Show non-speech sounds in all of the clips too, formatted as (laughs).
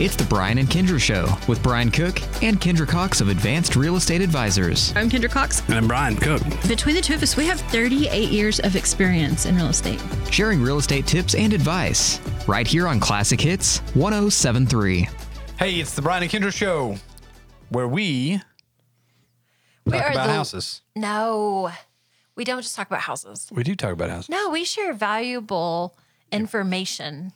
It's the Brian and Kendra Show with Brian Cook and Kendra Cox of Advanced Real Estate Advisors. I'm Kendra Cox. And I'm Brian Cook. Between the two of us, we have 38 years of experience in real estate. sharing real estate tips and advice right here on Classic Hits 1073. Hey, it's the Brian and Kendra Show, where we We talk are about the- houses. No, we don't just talk about houses. We do talk about houses. No, we share valuable information.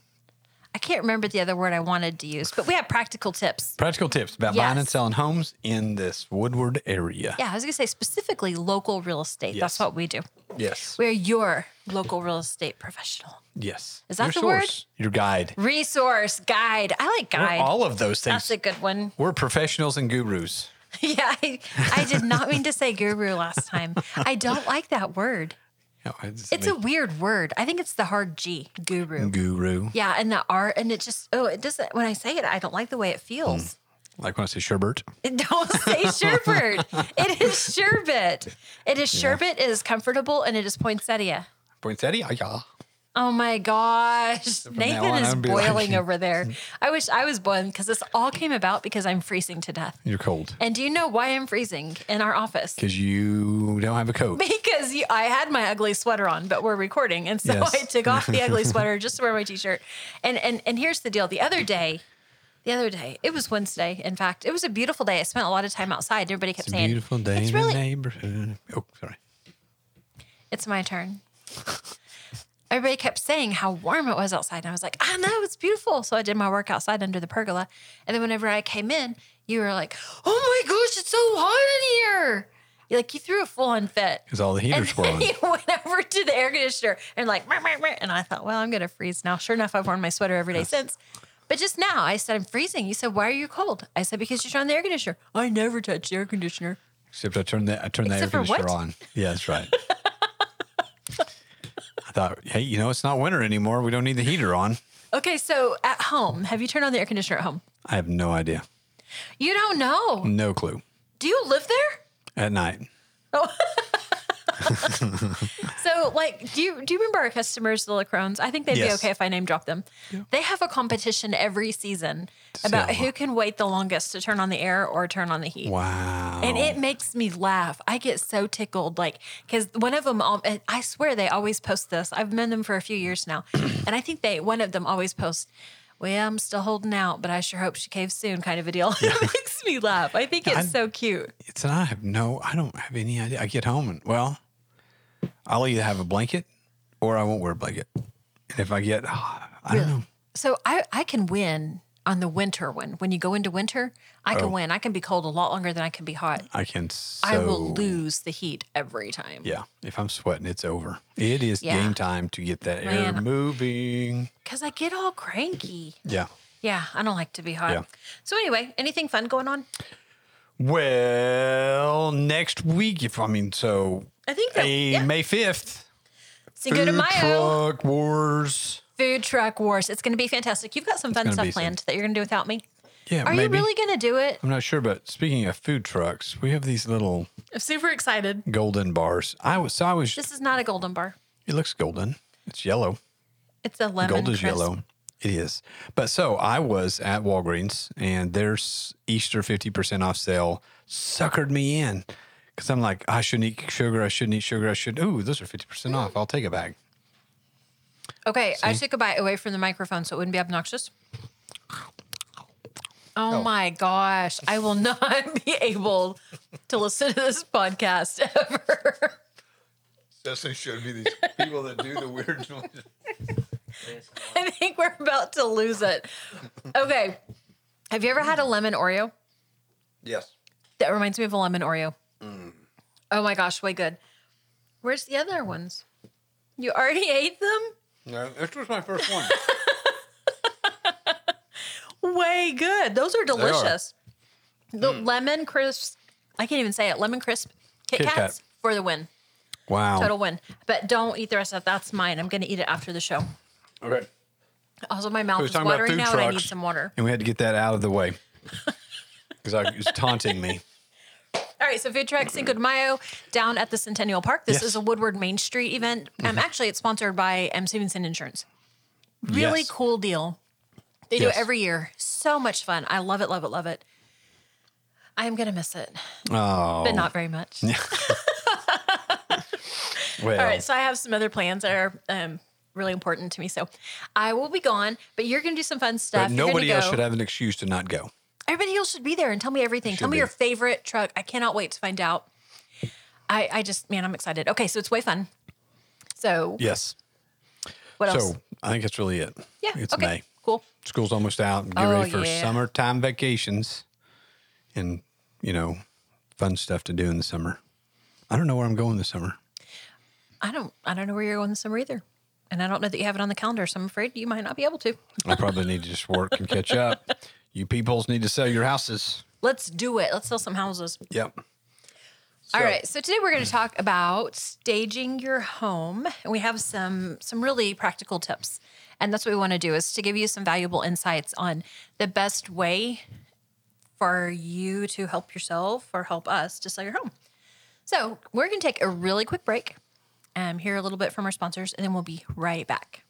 I can't remember the other word I wanted to use, but we have practical tips. Practical tips about buying and Yes. selling homes in this Woodward area. Yeah, I was going to say specifically local real estate. Yes. That's what we do. Yes. We're your local real estate professional. yes. Is that your the word? source, your guide. Resource, guide. I like We're guide. all of those things. That's a good one. (laughs) We're professionals and gurus. yeah, I, I did not mean to say guru last time. I don't like that word. No, it's It's a weird word. I think it's the hard G, guru. guru. Yeah, and the R, and it just, oh, it doesn't, when I say it, I don't like the way it Mm. feels. Like when I say sherbert. It Don't say sherbet. (laughs) it is sherbet. It is sherbet, it is comfortable, and it is poinsettia. Poinsettia. ah, Yeah. Oh my gosh. now Nathan on, is I'd be like- boiling (laughs) over there. I wish I was boiling because this all came about because I'm freezing to death. You're cold And do you know why I'm freezing in our office? because you don't have a coat. Because you, I had my ugly sweater on, but we're recording, and so Yes. I took off the (laughs) ugly sweater just to wear my t-shirt. And and and here's the deal: the other day, the other day, it was Wednesday. In fact, it was a beautiful day. I spent a lot of time outside. Everybody kept It's a saying, beautiful day "It's in the really neighborhood. Oh, sorry. It's my turn. (laughs) Everybody kept saying how warm it was outside. And I was like, I know, it's beautiful. So I did my work outside under the pergola. And then whenever I came in, you were like, oh my gosh, it's so hot in here. you like, you threw a full on fit. Because all the heaters were And (laughs) on. he went over to the air conditioner and like, "Meow, meow, meow," and I thought, well, I'm going to freeze now. Sure enough, I've worn my sweater every day since. But just now, I said, I'm freezing. You said, why are you cold? I said, because you turned on the air conditioner. I never touch the air conditioner. Except I turned that I turned that air Except for conditioner what? on. Yeah, that's (laughs) right. I thought, hey, you know, it's not winter anymore. We don't need the heater on. Okay, so at home, have you turned on the air conditioner at home? I have no idea. You don't know. No clue. Do you live there? At night. So, like, do you do you remember our customers, the Lacrones? I think they'd be Yes. okay if I name drop them. They have a competition every season about how who can wait the longest to turn on the air or turn on the heat. Wow. And it makes me laugh. I get so tickled, like because one of them, um, and I swear they always post this. I've known them for a few (clears throat) years now, and I think they one of them always posts, "Well, I'm still holding out, but I sure hope she caves soon," kind of a deal. (laughs) it makes me laugh. I think it's I- so cute. it's I have no I don't have any idea. I get home and well, I'll either have a blanket or I won't wear a blanket. And if I get (sighs) ah, I don't know. So I I can win on the winter one. When you go into winter, I can win. I can be cold a lot longer than I can be hot. I can Oh. so I will lose the heat every time. Yeah. If I'm sweating, it's over. It is Yeah. game time to get that air Man. moving. Cause I get all cranky. Yeah. Yeah, I don't like to be hot. Yeah. So anyway, anything fun going on? Well, next week, if I mean, so I think that, a yeah. May fifth, Cinco de food Mayo, truck wars. food truck wars. It's going to be fantastic. You've got some fun gonna stuff be some- planned that you're going to do without me. Yeah, Are maybe. you really going to do it? I'm not sure, but speaking of food trucks, we have these little I'm super excited. golden bars. I was, so I was. This is not a golden bar. It looks golden. It's yellow. It's a lemon. Gold is crisp. yellow. It is. But so I was at Walgreens and their s- Easter 50% off sale suckered me in because I'm like, I shouldn't eat sugar. I shouldn't eat sugar. I should. Ooh, those are 50% off. I'll take a bag. Okay, I took a bite away from the microphone so it wouldn't be obnoxious. Oh, my gosh. I will not (laughs) be able to listen to this podcast (laughs) ever. Definitely should be these people that do the weird (laughs) noises. I think we're about to lose it. Okay. Have you ever had a lemon Oreo? Yes. That reminds me of a lemon Oreo. Mm. Oh my gosh, way good. Where's the other ones? You already ate them? No, Uh, this was my first one. Way good. Those are delicious. The Hmm. lemon crisps. I can't even say it. Lemon crisp Kit, Kit Kat. Kats for the win. wow. Total win. But don't eat the rest of that. That's mine. I'm going to eat it after the show. Okay. Also, my mouth We're is talking about watering food now and I need trucks. some water. And we had to get that out of the way because I it was taunting me. All right, so food truck Cinco de Mayo down at the Centennial Park. This Yes. Mm-hmm. is a Woodward Main Street event. Um, actually, it's sponsored by um, Stevenson Insurance. Really Yes. cool deal. They Yes. do it every year. So much fun. I love it, love it, love it. I am gonna miss it, Oh, but not very much. well, All right, so I have some other plans that are um, really important to me. So I will be gone, but you're going to do some fun stuff. but You're gonna nobody else go. should have an excuse to not go. Everybody else should be there and tell me everything. Tell me be. your favorite truck. I cannot wait to find out. I, I just, man, I'm excited. Okay, so it's way fun. So Yes. what else? So I think that's really it. yeah, It's okay, May. cool. School's almost out. And get Oh, ready for yeah. summertime vacations and, you know, fun stuff to do in the summer. I don't know where I'm going this summer. I don't, I don't know where you're going this summer either, and I don't know that you have it on the calendar. So I'm afraid you might not be able to. I probably need to just work and catch (laughs) up. You peoples need to sell your houses. Let's do it. Let's sell some houses. Yep. So- All right. So today we're going to talk about staging your home, and we have some some really practical tips. And that's what we want to do is to give you some valuable insights on the best way for you to help yourself or help us to sell your home. So we're going to take a really quick break, um, hear a little bit from our sponsors, and then we'll be right back.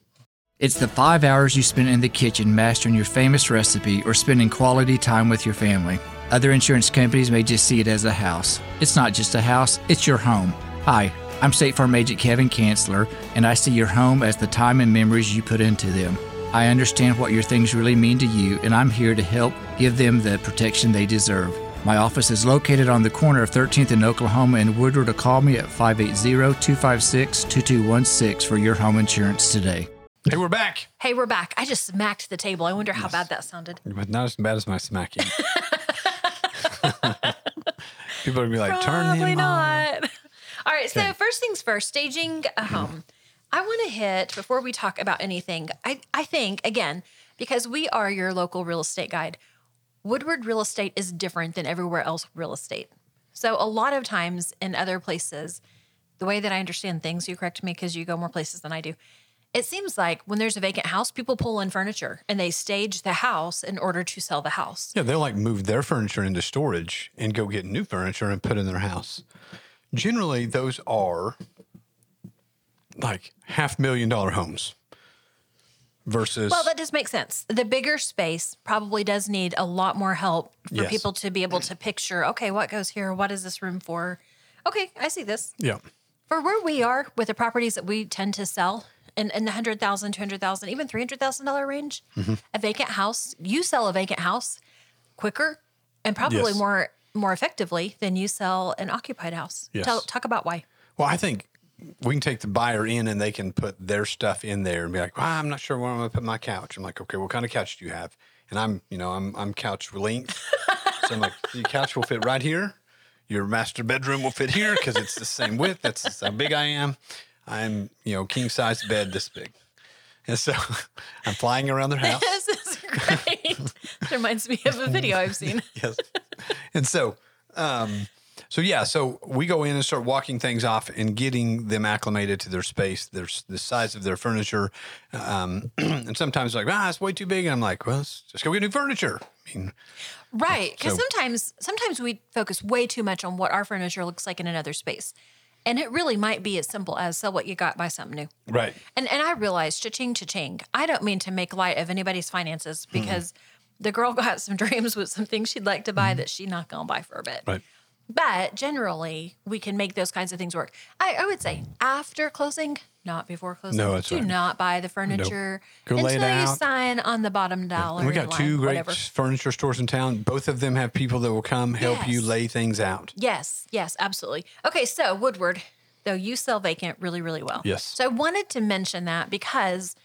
It's the five hours you spend in the kitchen mastering your famous recipe or spending quality time with your family. Other insurance companies may just see it as a house. It's not just a house, it's your home. Hi, I'm State Farm Agent Kevin Kanzler, and I see your home as the time and memories you put into them. I understand what your things really mean to you, and I'm here to help give them the protection they deserve. My office is located on the corner of 13th and Oklahoma and Woodward. To call me at 580 256 2216 for your home insurance today. Hey, we're back. Hey, we're back. I just smacked the table. I wonder how bad that sounded. But not as bad as my smacking. (laughs) People are gonna be like, turn Probably them on. not. (laughs) All right. So Okay. first things first, staging a home. I want to hit before we talk about anything. I I think again because we are your local real estate guide. Woodward real estate is different than everywhere else real estate. So a lot of times in other places, the way that I understand things, you correct me because you go more places than I do. It seems like when there's a vacant house, people pull in furniture and they stage the house in order to sell the house. Yeah, they'll like move their furniture into storage and go get new furniture and put in their house. Generally, those are like half million dollar homes versus Well, that does make sense. The bigger space probably does need a lot more help for Yes. people to be able to picture, okay, what goes here? What is this room for? Okay, I see this. yeah. For where we are with the properties that we tend to sell in, in the 100,000, 200,000, even $300,000 range, Mm-hmm. a vacant house, you sell a vacant house quicker and probably Yes. more more effectively than you sell an occupied house. Yes. Tell, talk about why. (laughs) Well, I think we can take the buyer in and they can put their stuff in there and be like, well, I'm not sure where I'm going to put my couch. I'm like, okay, what kind of couch do you have? And I'm, you know, I'm I'm couch length. so I'm like, your couch will fit right here. Your master bedroom will fit here because it's the same width. That's just how big I am. I'm, you know, king size bed this big. And so (laughs) I'm flying around their house. This is great. this reminds me of a video I've seen. yes. And so, um, so yeah, so we go in and start walking things off and getting them acclimated to their space, their s- the size of their furniture, um, (clears throat) and sometimes like, ah, it's way too big, and I'm like, well, let's just go get new furniture. I mean, Right, because So- sometimes sometimes we focus way too much on what our furniture looks like in another space, and it really might be as simple as sell what you got, buy something new. right? And and I realize cha-ching cha-ching. I don't mean to make light of anybody's finances Mm-hmm. because the girl (laughs) got some dreams with some things she'd like to buy that she's not gonna buy for a bit. Mm-hmm. Right. But generally, we can make those kinds of things work. I, I would say after closing, not before closing. No, that's do right. not buy the furniture Go lay it until you out. sign on the bottom dollar. And we got line, two great whatever. furniture stores in town. Both of them have people that will come help you Yes. lay things out. Yes, yes, absolutely. Okay, so Woodward, though you sell vacant really, really well. Yes. So I wanted to mention that because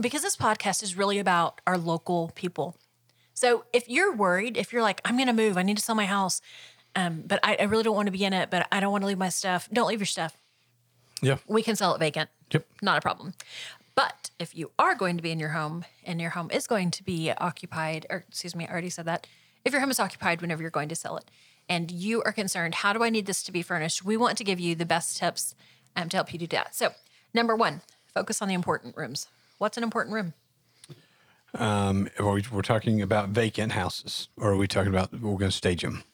because this podcast is really about our local people. So if you're worried, if you're like, I'm gonna move, I need to sell my house, um, but I, I really don't want to be in it, but I don't want to leave my stuff. Don't leave your stuff. Yeah. We can sell it vacant. Yep. Not a problem. But if you are going to be in your home and your home is going to be occupied, or excuse me, I already said that. If your home is occupied whenever you're going to sell it and you are concerned, how do I need this to be furnished? We want to give you the best tips um, to help you do that. So, number one, focus on the important rooms. What's an important room? Um, are we, we're talking about vacant houses, or are we talking about we're going to stage them?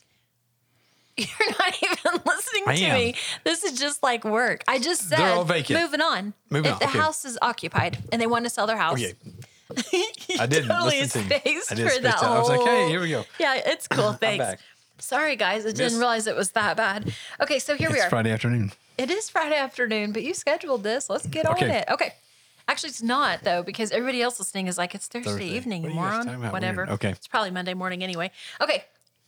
(laughs) You're not even listening I to am. me. This is just like work. I just said They're all vacant. moving on. Moving if on, the okay. (laughs) house is occupied and they want to sell their house. Okay. I didn't totally listen to you. spaced I did for spaced that out. I was like, hey, whole- here we go. Yeah, (clears throat) it's cool. back. Thanks. Sorry, guys. I Miss- didn't realize it was that bad. Okay, so here we It's are. Friday afternoon. It is Friday afternoon, but you scheduled this. Let's get on Okay. it. Okay. Actually, it's not though, because everybody else listening is like, it's Thursday, Thursday. evening, What you are you guys moron. talking about? Whatever. Weird. Okay. It's probably Monday morning anyway. Okay.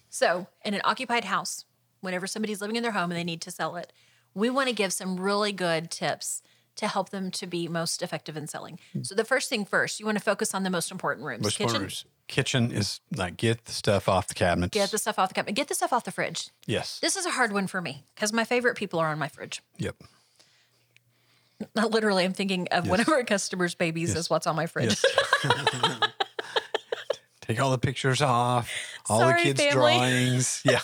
So, in an occupied house, whenever somebody's living in their home and they need to sell it, we want to give some really good tips to help them to be most effective in selling. Hmm. So, the first thing first, you want to focus on the most important rooms. Which kitchen. corners? Kitchen is like get the stuff off the cabinets. Get the stuff off the cabinet. Get the stuff off the fridge. yes. This is a hard one for me because my favorite people are on my fridge. yep. Not literally, I'm thinking of one of our customers' babies is what's on my fridge. Take all the pictures off, all the Sorry, kids' family. (laughs) drawings. Yeah.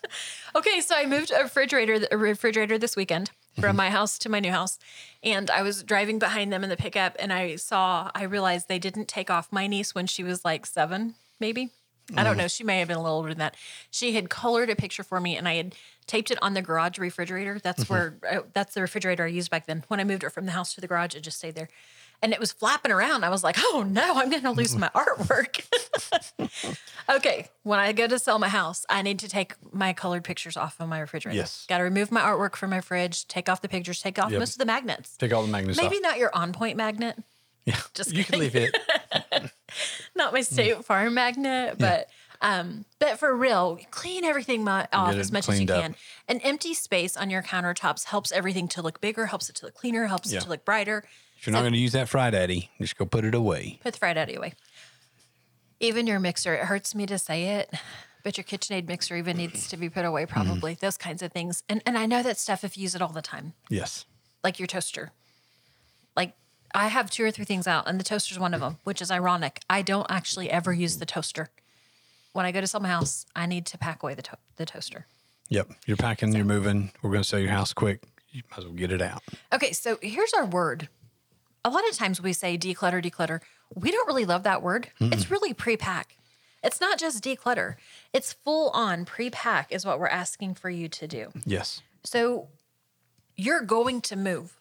(laughs) okay, so I moved a refrigerator a refrigerator this weekend from my house to my new house, and I was driving behind them in the pickup, and I saw I realized they didn't take off my niece when she was like seven, maybe. I don't know. She may have been a little older than that. She had colored a picture for me, and I had taped it on the garage refrigerator. That's where uh, that's the refrigerator I used back then. When I moved it from the house to the garage, it just stayed there, and it was flapping around. I was like, "Oh no, I'm going to lose my artwork." Okay, when I go to sell my house, I need to take my colored pictures off of my refrigerator. Yes. Got to remove my artwork from my fridge, take off the pictures, take off Yep. most of the magnets. Take all the magnets Maybe off. not your on point magnet, Yeah. (laughs) just you can kidding. leave Mm. it. not my state farm magnet, but um, but for real, clean everything mu- off get as it much as you cleaned up. can. An empty space on your countertops helps everything to look bigger, helps it to look cleaner, helps Yeah. it to look brighter. If you're (laughs) not going to use that fried daddy, just go put it away. Put the fried out away. Even your mixer, it hurts me to say it, but your KitchenAid mixer even needs to be put away, probably. Those kinds of things. And and I know that stuff if you use it all the time, Yes. like your toaster. Like I have two or three things out, and the toaster's one of them, which is ironic. I don't actually ever use the toaster. When I go to sell my house, I need to pack away the to- the toaster. Yep. You're packing, you're moving. We're going to sell your house quick. You might as well get it out. Okay, so here's our word. A lot of times we say declutter, declutter. We don't really love that word. It's really pre-pack. It's not just declutter. It's full on pre-pack is what we're asking for you to do. Yes. So you're going to move.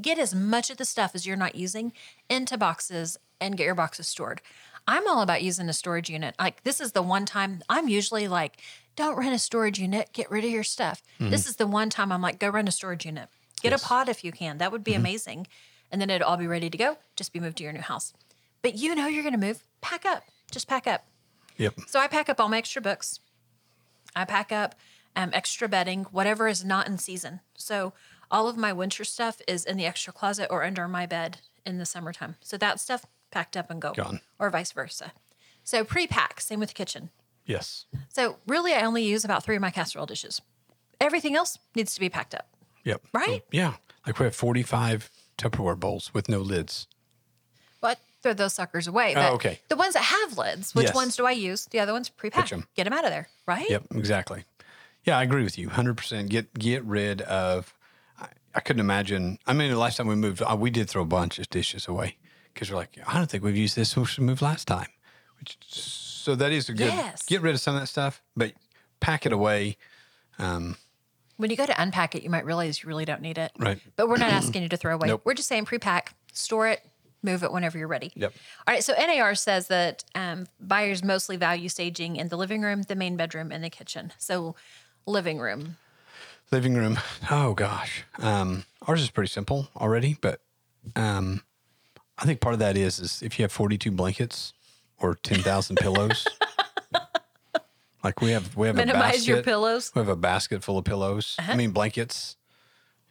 Get as much of the stuff as you're not using into boxes and get your boxes stored. I'm all about using a storage unit. Like this is the one time I'm usually like, don't rent a storage unit, get rid of your stuff. This is the one time I'm like, go rent a storage unit. Get a pod if you can. That would be amazing. And then it'd all be ready to go. Just be moved to your new house. But you know you're gonna move. Pack up. Just pack up. Yep. So I pack up all my extra books. I pack up um, extra bedding, whatever is not in season. So all of my winter stuff is in the extra closet or under my bed in the summertime. So that stuff packed up and go, Gone. or vice versa. So pre-pack, same with kitchen. Yes. So really, I only use about three of my casserole dishes. Everything else needs to be packed up. Yep. Right? yeah. Like we have 45 Tupperware bowls with no lids. Well, I throw those suckers away. But Oh, okay. The ones that have lids, which Yes. ones do I use? The other ones pre-pack. 'em. Get them out of there, right? Yep, exactly. Yeah, I agree with you 100%. Get get rid of I, I couldn't imagine. I mean, the last time we moved, uh, we did throw a bunch of dishes away cuz we're like, I don't think we've used this since we moved last time. Which so that is a good Yes. get rid of some of that stuff, but pack it away. Um, When you go to unpack it, you might realize you really don't need it. Right. But we're not asking you to throw away. Nope. We're just saying pre-pack, store it, move it whenever you're ready. Yep. All right. So NAR says that um, buyers mostly value staging in the living room, the main bedroom, and the kitchen. So living room. living room. Oh gosh. Um, ours is pretty simple already, but um, I think part of that is is if you have 42 blankets or 10,000 pillows. (laughs) Like we have, we have a Minimize basket. your pillows. Uh-huh. We have a basket full of pillows. I mean blankets,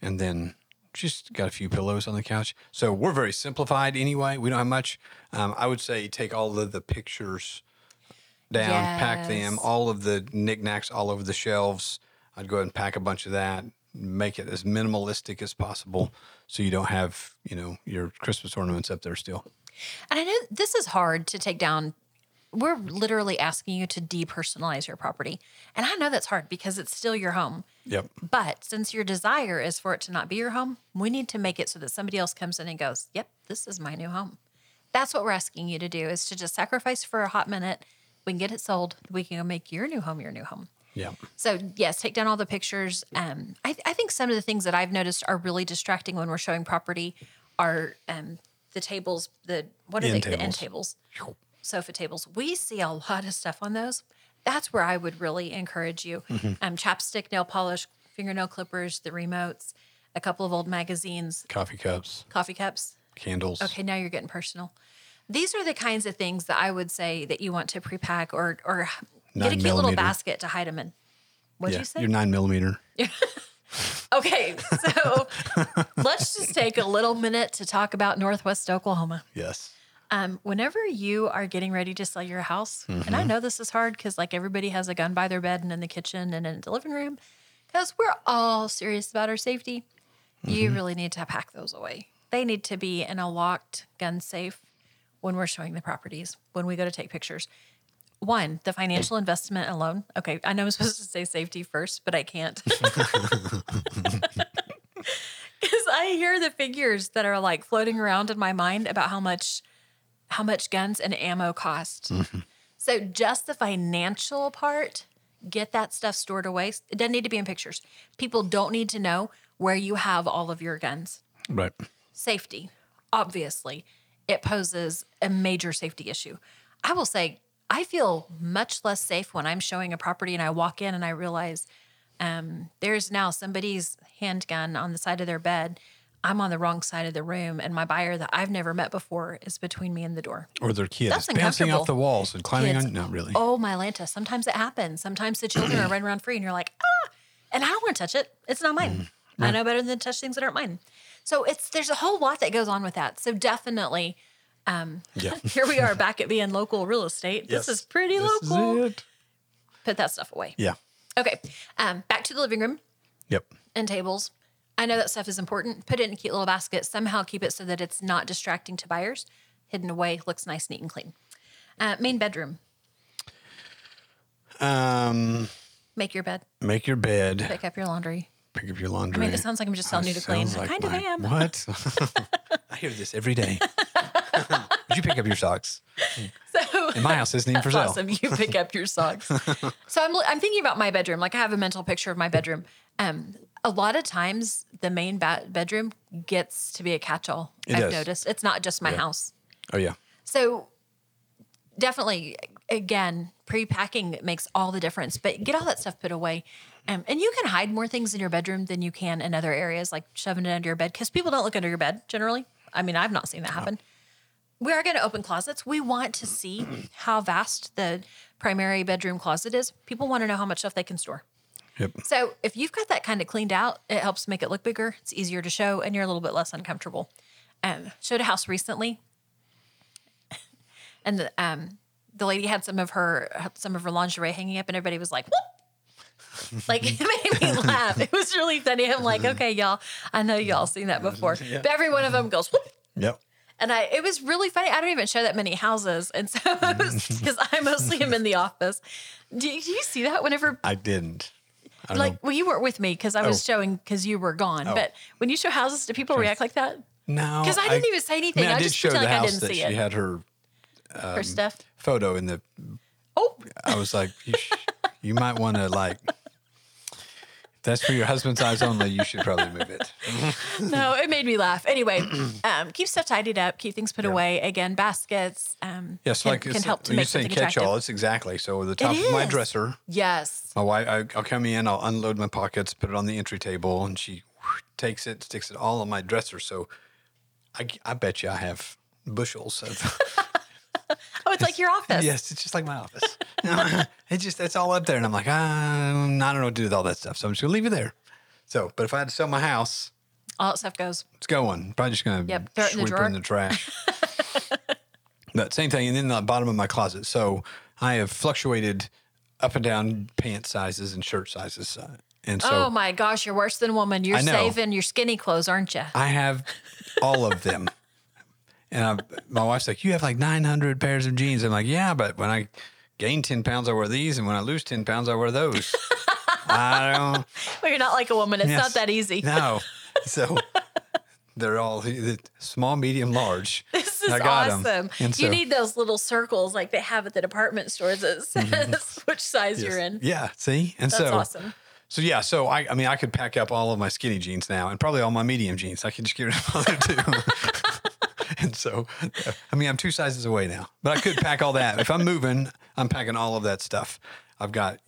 and then just got a few pillows on the couch. So we're very simplified anyway. We don't have much. Um, I would say take all of the pictures down, pack them, Yes. all of the knickknacks all over the shelves. I'd go ahead and pack a bunch of that. Make it as minimalistic as possible, so you don't have you know your Christmas ornaments up there still. And I know this is hard to take down. We're literally asking you to depersonalize your property. And I know that's hard because it's still your home. Yep. But since your desire is for it to not be your home, we need to make it so that somebody else comes in and goes, "Yep, this is my new home." That's what we're asking you to do is to just sacrifice for a hot minute. We can get it sold. We can make your new home your new home. Yep. So yes, take down all the pictures. Um, I, I think some of the things that I've noticed are really distracting when we're showing property are um, the tables, the what are End they? The end tables, sofa tables. We see a lot of stuff on those. That's where I would really encourage you. Mm-hmm. Um, chapstick, nail polish, fingernail clippers, the remotes, a couple of old magazines, coffee cups, coffee cups. candles. Okay, now you're getting personal. These are the kinds of things that I would say that you want to prepack or or get a Nine cute little millimeter. basket to hide them in. What'd yeah, you say? your nine millimeter. Okay, so let's just take a little minute to talk about Northwest Oklahoma. Yes. Um, whenever you are getting ready to sell your house, and I know this is hard because like everybody has a gun by their bed and in the kitchen and in the living room, because we're all serious about our safety, you really need to pack those away. They need to be in a locked gun safe when we're showing the properties, when we go to take pictures. One, the financial investment alone. Okay, I know I'm supposed to say safety first, but I can't. (laughs) Because I hear the figures that are like floating around in my mind about how much how much guns and ammo cost. So just the financial part, get that stuff stored away. It doesn't need to be in pictures. People don't need to know where you have all of your guns. Right. Safety, obviously, it poses a major safety issue. I will say I feel much less safe when I'm showing a property and I walk in and I realize um, there's now somebody's handgun on the side of their bed. I'm on the wrong side of the room, and my buyer that I've never met before is between me and the door. Or their kids That's bouncing uncomfortable. off the walls and climbing Kids. on. Not really. Oh my Lanta. Sometimes it happens. Sometimes the children (clears throat) are running around free and you're like, ah, and I don't want to touch it. It's not mine. Mm-hmm. I know better than to touch things that aren't mine. So it's there's a whole lot that goes on with that. So definitely, um, (laughs) Yeah. here we are back at being local real estate. Yes. This is pretty This is local. it. Put that stuff away. Yeah. Okay. Um, back to the living room Yep. and tables. I know that stuff is important. Put it in a cute little basket. Somehow keep it so that it's not distracting to buyers. Hidden away, looks nice, neat, and clean. Uh, main bedroom. Um, Make your bed. make your bed. Pick up your (laughs) laundry. (laughs) Pick up your laundry. I mean, it sounds like I'm just telling you to clean. Sounds I like kind of my- am. What? (laughs) (laughs) I hear this every day. (laughs) Would you pick up your socks? So And my house isn't even for sale. awesome. You pick up (laughs) your socks. so I'm, I'm thinking about my bedroom. Like I have a mental picture of my bedroom. Um, a lot of times the main ba- bedroom gets to be a catch-all. It I've does. noticed it's not just my house. Oh yeah. So definitely, again, pre-packing makes all the difference. But get all that stuff put away, um, and you can hide more things in your bedroom than you can in other areas, like shoving it under your bed because people don't look under your bed generally. I mean, I've not seen that happen. We are going to open closets. We want to see how vast the primary bedroom closet is. People want to know how much stuff they can store. Yep. So if you've got that kind of cleaned out, it helps make it look bigger. It's easier to show, and you're a little bit less uncomfortable. Um, showed a house recently, (laughs) and the, um, the lady had some of her some of her lingerie hanging up, and everybody was like, "Whoop!" like (laughs) it made me laugh. It was really funny. I'm like, okay, y'all, I know y'all seen that before, but every one of them goes, "Whoop!" Yep. And I, it was really funny. I don't even show that many houses, and so (laughs) because I mostly am in the office. Do you, do you see that whenever I didn't. I don't like know. Oh. well you weren't with me because i was showing because you were gone but when you show houses do people react like that No. 'Cause I didn't even say anything. mean, I did just show pretend the like I house didn't that see she it. had her Um, or stuff photo in the. oh I was like, you, sh- (laughs) you might want to like. if That's for your husband's eyes only. You should probably move it. no it made me laugh (clears throat) anyway um, keep stuff tidied up keep things put away again baskets um, Yes, can, like can it's- help to when make you're saying something catch attractive all. It's exactly so. The top of my is. dresser. yes My wife, I, I'll come in, I'll unload my pockets, put it on the entry table, and she whoosh, takes it, sticks it all on my dresser. So I, g- I bet you I have bushels (laughs) of. (laughs) oh it's like your office yes, it's just like my office. (laughs) it just, it's all up there. And I'm like, um, I don't know what to do with all that stuff. So I'm just going to leave it there. So, but if I had to sell my house, all that stuff goes it's going. Probably just going to Yep, throw it in the sweep her drawer. in the (laughs) trash. but same thing. And then the bottom of my closet. So I have fluctuated up and down pant sizes and shirt sizes. uh, And so oh my gosh you're worse than woman you're I know. saving your skinny clothes aren't you I have all of them. and I, my wife's like, You have like 900 pairs of jeans. I'm like, Yeah, but when I gain 10 pounds, I wear these. And when I lose 10 pounds, I wear (laughs) those. I don't. well you're not like a woman it's not Yes. that easy No. So they're all the small, medium, large. (laughs) (laughs) This is I got 'em. awesome. And so, you need those little circles like they have at the department stores that (laughs) says which size you're in. Yeah. See? And That's Mm-hmm. so. awesome. So yeah, so I, I mean, I could pack up all of my skinny jeans now, and probably all my medium jeans. I could just get rid of the other two, (laughs) And so, I mean, I'm two sizes away now, but I could pack all that. if I'm moving, I'm packing all of that stuff. I've got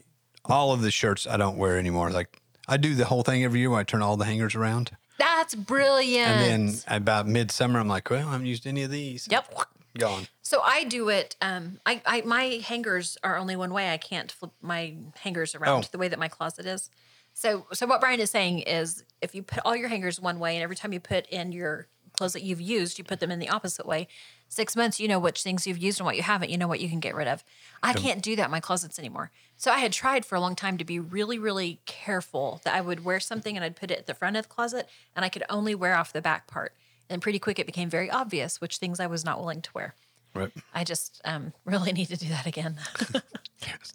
all of the shirts I don't wear anymore. Like I do the whole thing every year where I turn all the hangers around. That's brilliant. And then about midsummer, I'm like, well, I haven't used any of these. yep. Gone. So I do it. Um, I, I my hangers are only one way. I can't flip my hangers around Oh. the way that my closet is. So so what Brian is saying is if you put all your hangers one way, and every time you put in your clothes that you've used, you put them in the opposite way. Six months, you know which things you've used and what you haven't. You know what you can get rid of. I can't do that in my closets anymore. So I had tried for a long time to be really, really careful that I would wear something and I'd put it at the front of the closet, and I could only wear off the back part. And pretty quick, it became very obvious which things I was not willing to wear. Right. I just um, (laughs) really need to do that again. (laughs)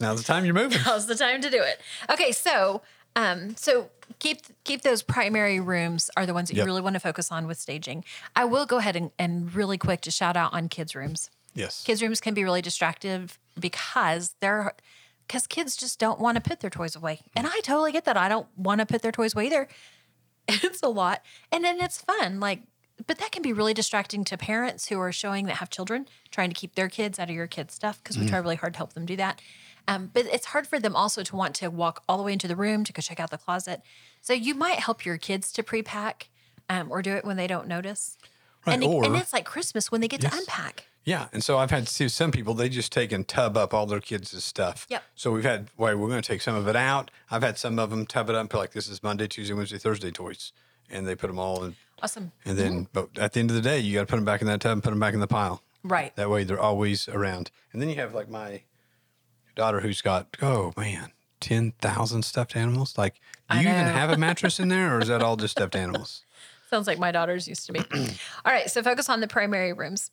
Now's the time you're moving. Now's the time to do it. Okay, so um, so keep keep those primary rooms are the ones that Yep. you really want to focus on with staging. I will go ahead and, and really quick to shout out on kids' rooms. Yes. Kids' rooms can be really distractive because they're because kids just don't want to put their toys away, and I totally get that. I don't want to put their toys away either. It's a lot, and then it's fun. Like, but that can be really distracting to parents who are showing that have children trying to keep their kids out of your kids' stuff because Mm. we try really hard to help them do that. Um, but it's hard for them also to want to walk all the way into the room to go check out the closet. So you might help your kids to pre-pack um, or do it when they don't notice. Right, and, and or- it's like Christmas when they get to unpack. Yeah, and so I've had to see some people they just take and tub up all their kids' stuff. Yep. So we've had well, we're going to take some of it out. I've had some of them tub it up and put like this is Monday, Tuesday, Wednesday, Thursday toys, and they put them all in. Awesome. And then, but at the end of the day, you got to put them back in that tub and put them back in the pile. Right. That way, they're always around. And then you have like my daughter who's got oh man, ten thousand stuffed animals. Like, do I you even know. (laughs) have a mattress in there, or is that all just stuffed animals? Sounds like my daughters used to (clears throat) be. All right, so focus on the primary rooms.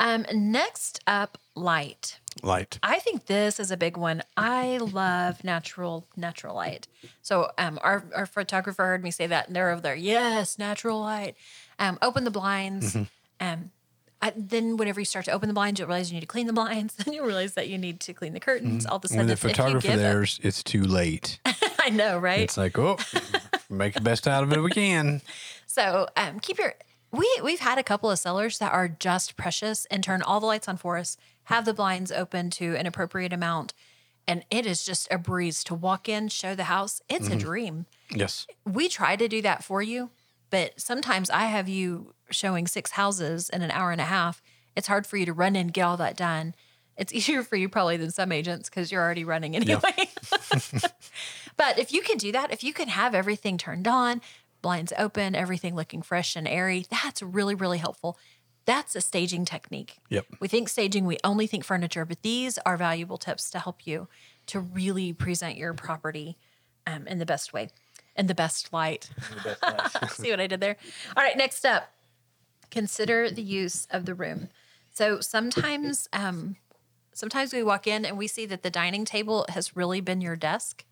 Um, next up, light. Light. I think this is a big one. I love natural natural light. So um, our our photographer heard me say that, and they're over there. Yes, natural light. Um, open the Mm-hmm. blinds. Um, I, then whenever you start to open the blinds, you'll realize you need to clean the blinds. (laughs) Then you'll realize that you need to clean the curtains. All of a Mm-hmm. When sudden, the if you photographer give up- there's, it's too late. (laughs) I know, right? It's like, oh, make the best out of it we (laughs) can. So um, keep your we we've had a couple of sellers that are just precious and turn all the lights on for us, have the blinds open to an appropriate amount, and it is just a breeze to walk in, show the house. It's a dream. Yes. We try to do that for you, but sometimes I have you showing six houses in an hour and a half. It's hard for you to run in, get all that done. It's (laughs) easier for you probably than some agents because you're already running anyway. (laughs) But if you can do that, if you can have everything turned on, blinds open, everything looking fresh and airy, that's really, really helpful. That's a staging technique. Yep. We think staging, we only think furniture, but these are valuable tips to help you to really present your property um, in the best way and the best light. (laughs) See what I did there? All right, next up, consider the use of the room. So sometimes, um, sometimes we walk in and we see that the dining table has really been your desk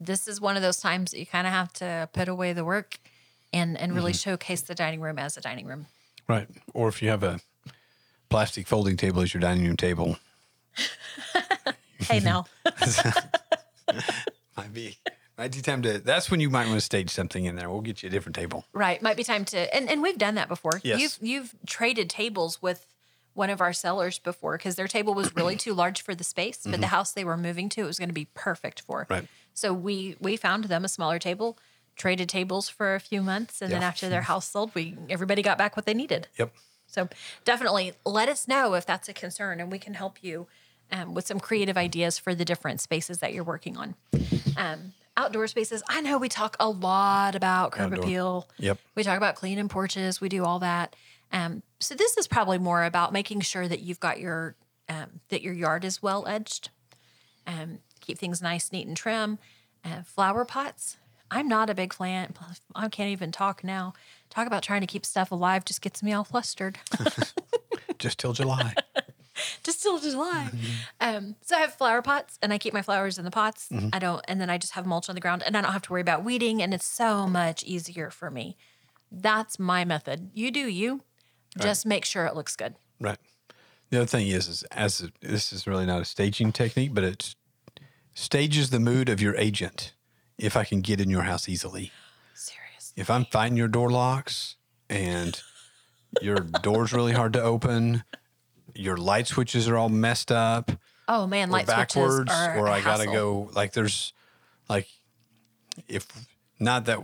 this is one of those times that you kind of have to put away the work and and really showcase the dining room as a dining room. Right. Or if you have a plastic folding table as your dining room table, Hey now. might be might be time to. That's when you might want to stage something in there. We'll get you a different table. right, might be time to and and we've done that before. Yes. You've you've traded tables with one of our sellers before because their table was (clears throat) really too large for the space, but the house they were moving to it was going to be perfect for. Mm-hmm. Right. So we we found them a smaller table, traded tables for a few months, and then Yeah. Mm. after their house sold, we everybody got back what they needed. Yep. So definitely let us know if that's a concern, and we can help you um, with some creative ideas for the different spaces that you're working on. Um, outdoor spaces. I know we talk a lot about curb Outdoor. appeal. Yep. We talk about cleaning porches. We do all that. Um, so this is probably more about making sure that you've got your um, that your yard is well edged. Um, keep things nice, neat, and trim. Uh, flower pots. I'm not a big plant. (laughs) I can't even talk now. Talk about trying to keep stuff alive just gets me all flustered. Just till July. just (laughs) till July. Um, so I have flower pots and I keep my flowers in the pots. Mm-hmm. I don't, and then I just have mulch on the ground and I don't have to worry about weeding. And it's so much easier for me. That's my method. You do you. Just make sure it looks good. right. The other thing is, is as a, this is really not a staging technique, but it stages the mood of your agent. If I can get in your house easily. Serious. if I'm fighting your door locks and Your door's really hard to open. Your light switches are all messed up Oh man, or light switches backwards, are or I I gotta go. Like there's, like, if not that,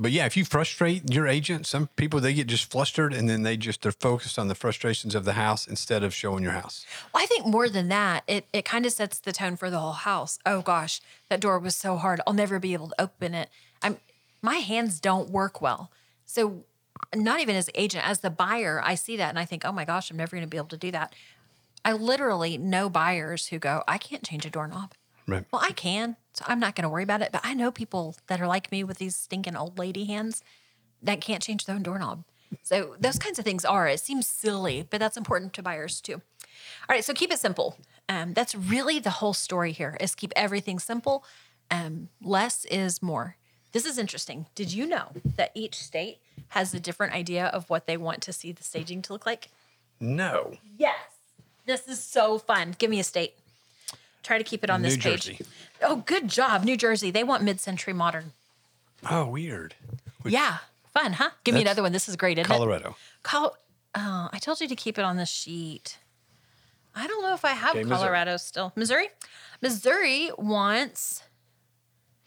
but yeah, if you frustrate your agent, some people they get just flustered and then they just they're focused on the frustrations of the house instead of showing your house. Well, I think more than that, it it kind of sets the tone for the whole house. Oh gosh, that door was so hard. I'll never be able to open it. I'm my hands don't work well. So not even as agent, as the buyer, I see that and I think, oh my gosh, I'm never gonna be able to do that. I literally know buyers who go, I can't change a doorknob. Right. Well, I can, so I'm not gonna worry about it. But I know people that are like me with these stinking old lady hands that can't change their own doorknob. So those kinds of things are. It seems silly, but that's important to buyers too. All right, so keep it simple. Um, that's really the whole story here is keep everything simple. Um, less is more. This is interesting. Did you know that each state has a different idea of what they want to see the staging to look like? No, Yes. This is so fun. Give me a state. Try to keep it on this New page. Jersey. Oh, good job, New Jersey. They want mid-century modern. Oh, weird. Yeah, fun, huh? Give me That's another one. This is great, isn't it? Colorado. Col- oh, I told you to keep it on the sheet. I don't know if I have Okay, Missouri. Colorado still. Missouri? Missouri wants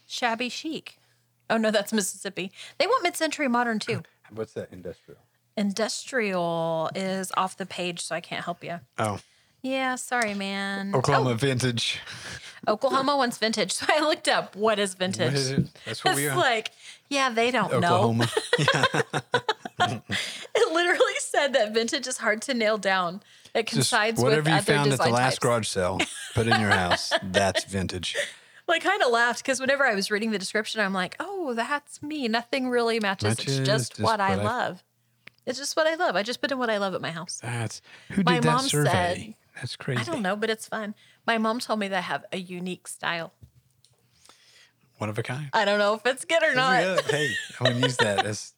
shabby chic. Oh, no, that's Mississippi. They want mid century modern too. What's that industrial? Industrial is off the page, so I can't help you. Oh, Yeah, sorry, man. Oklahoma vintage. Oh, Oklahoma wants vintage. So I looked up what is vintage. What is it? (laughs) That's what we (laughs) It's are. like, yeah, they don't know. Oklahoma. (laughs) It literally said that vintage is hard to nail down. It Just coincides whatever with you other found at the design last types. garage sale, put in your (laughs) house. That's vintage. Well, I kind of laughed because whenever I was reading the description, I'm like, oh, that's me. Nothing really matches. Matches it's just, just what I what I- love. It's just what I love. I just put in what I love at my house. That's who My did that mom survey. That's crazy. I don't know, but it's fun. My mom told me that I have a unique style. One of a kind. I don't know if it's good or not. Yeah, hey, I would use that as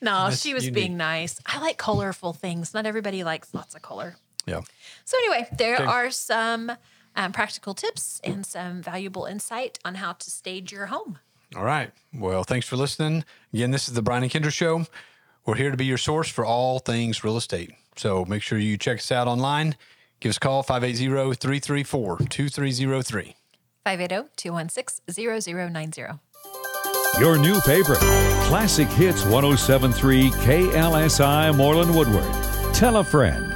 No, That's she was unique. being nice. I like colorful things. Not everybody likes lots of color. yeah. So anyway, there Okay. are some um, practical tips and some valuable insight on how to stage your home. All right. Well, thanks for listening. Again, this is the Brian and Kendra Show. We're here to be your source for all things real estate. So make sure you check us out online. Give us a call 580 334 2303. 580 216 0090. Your new favorite, oh Classic Hits 1073 KLSI Moreland Woodward. Tell a friend.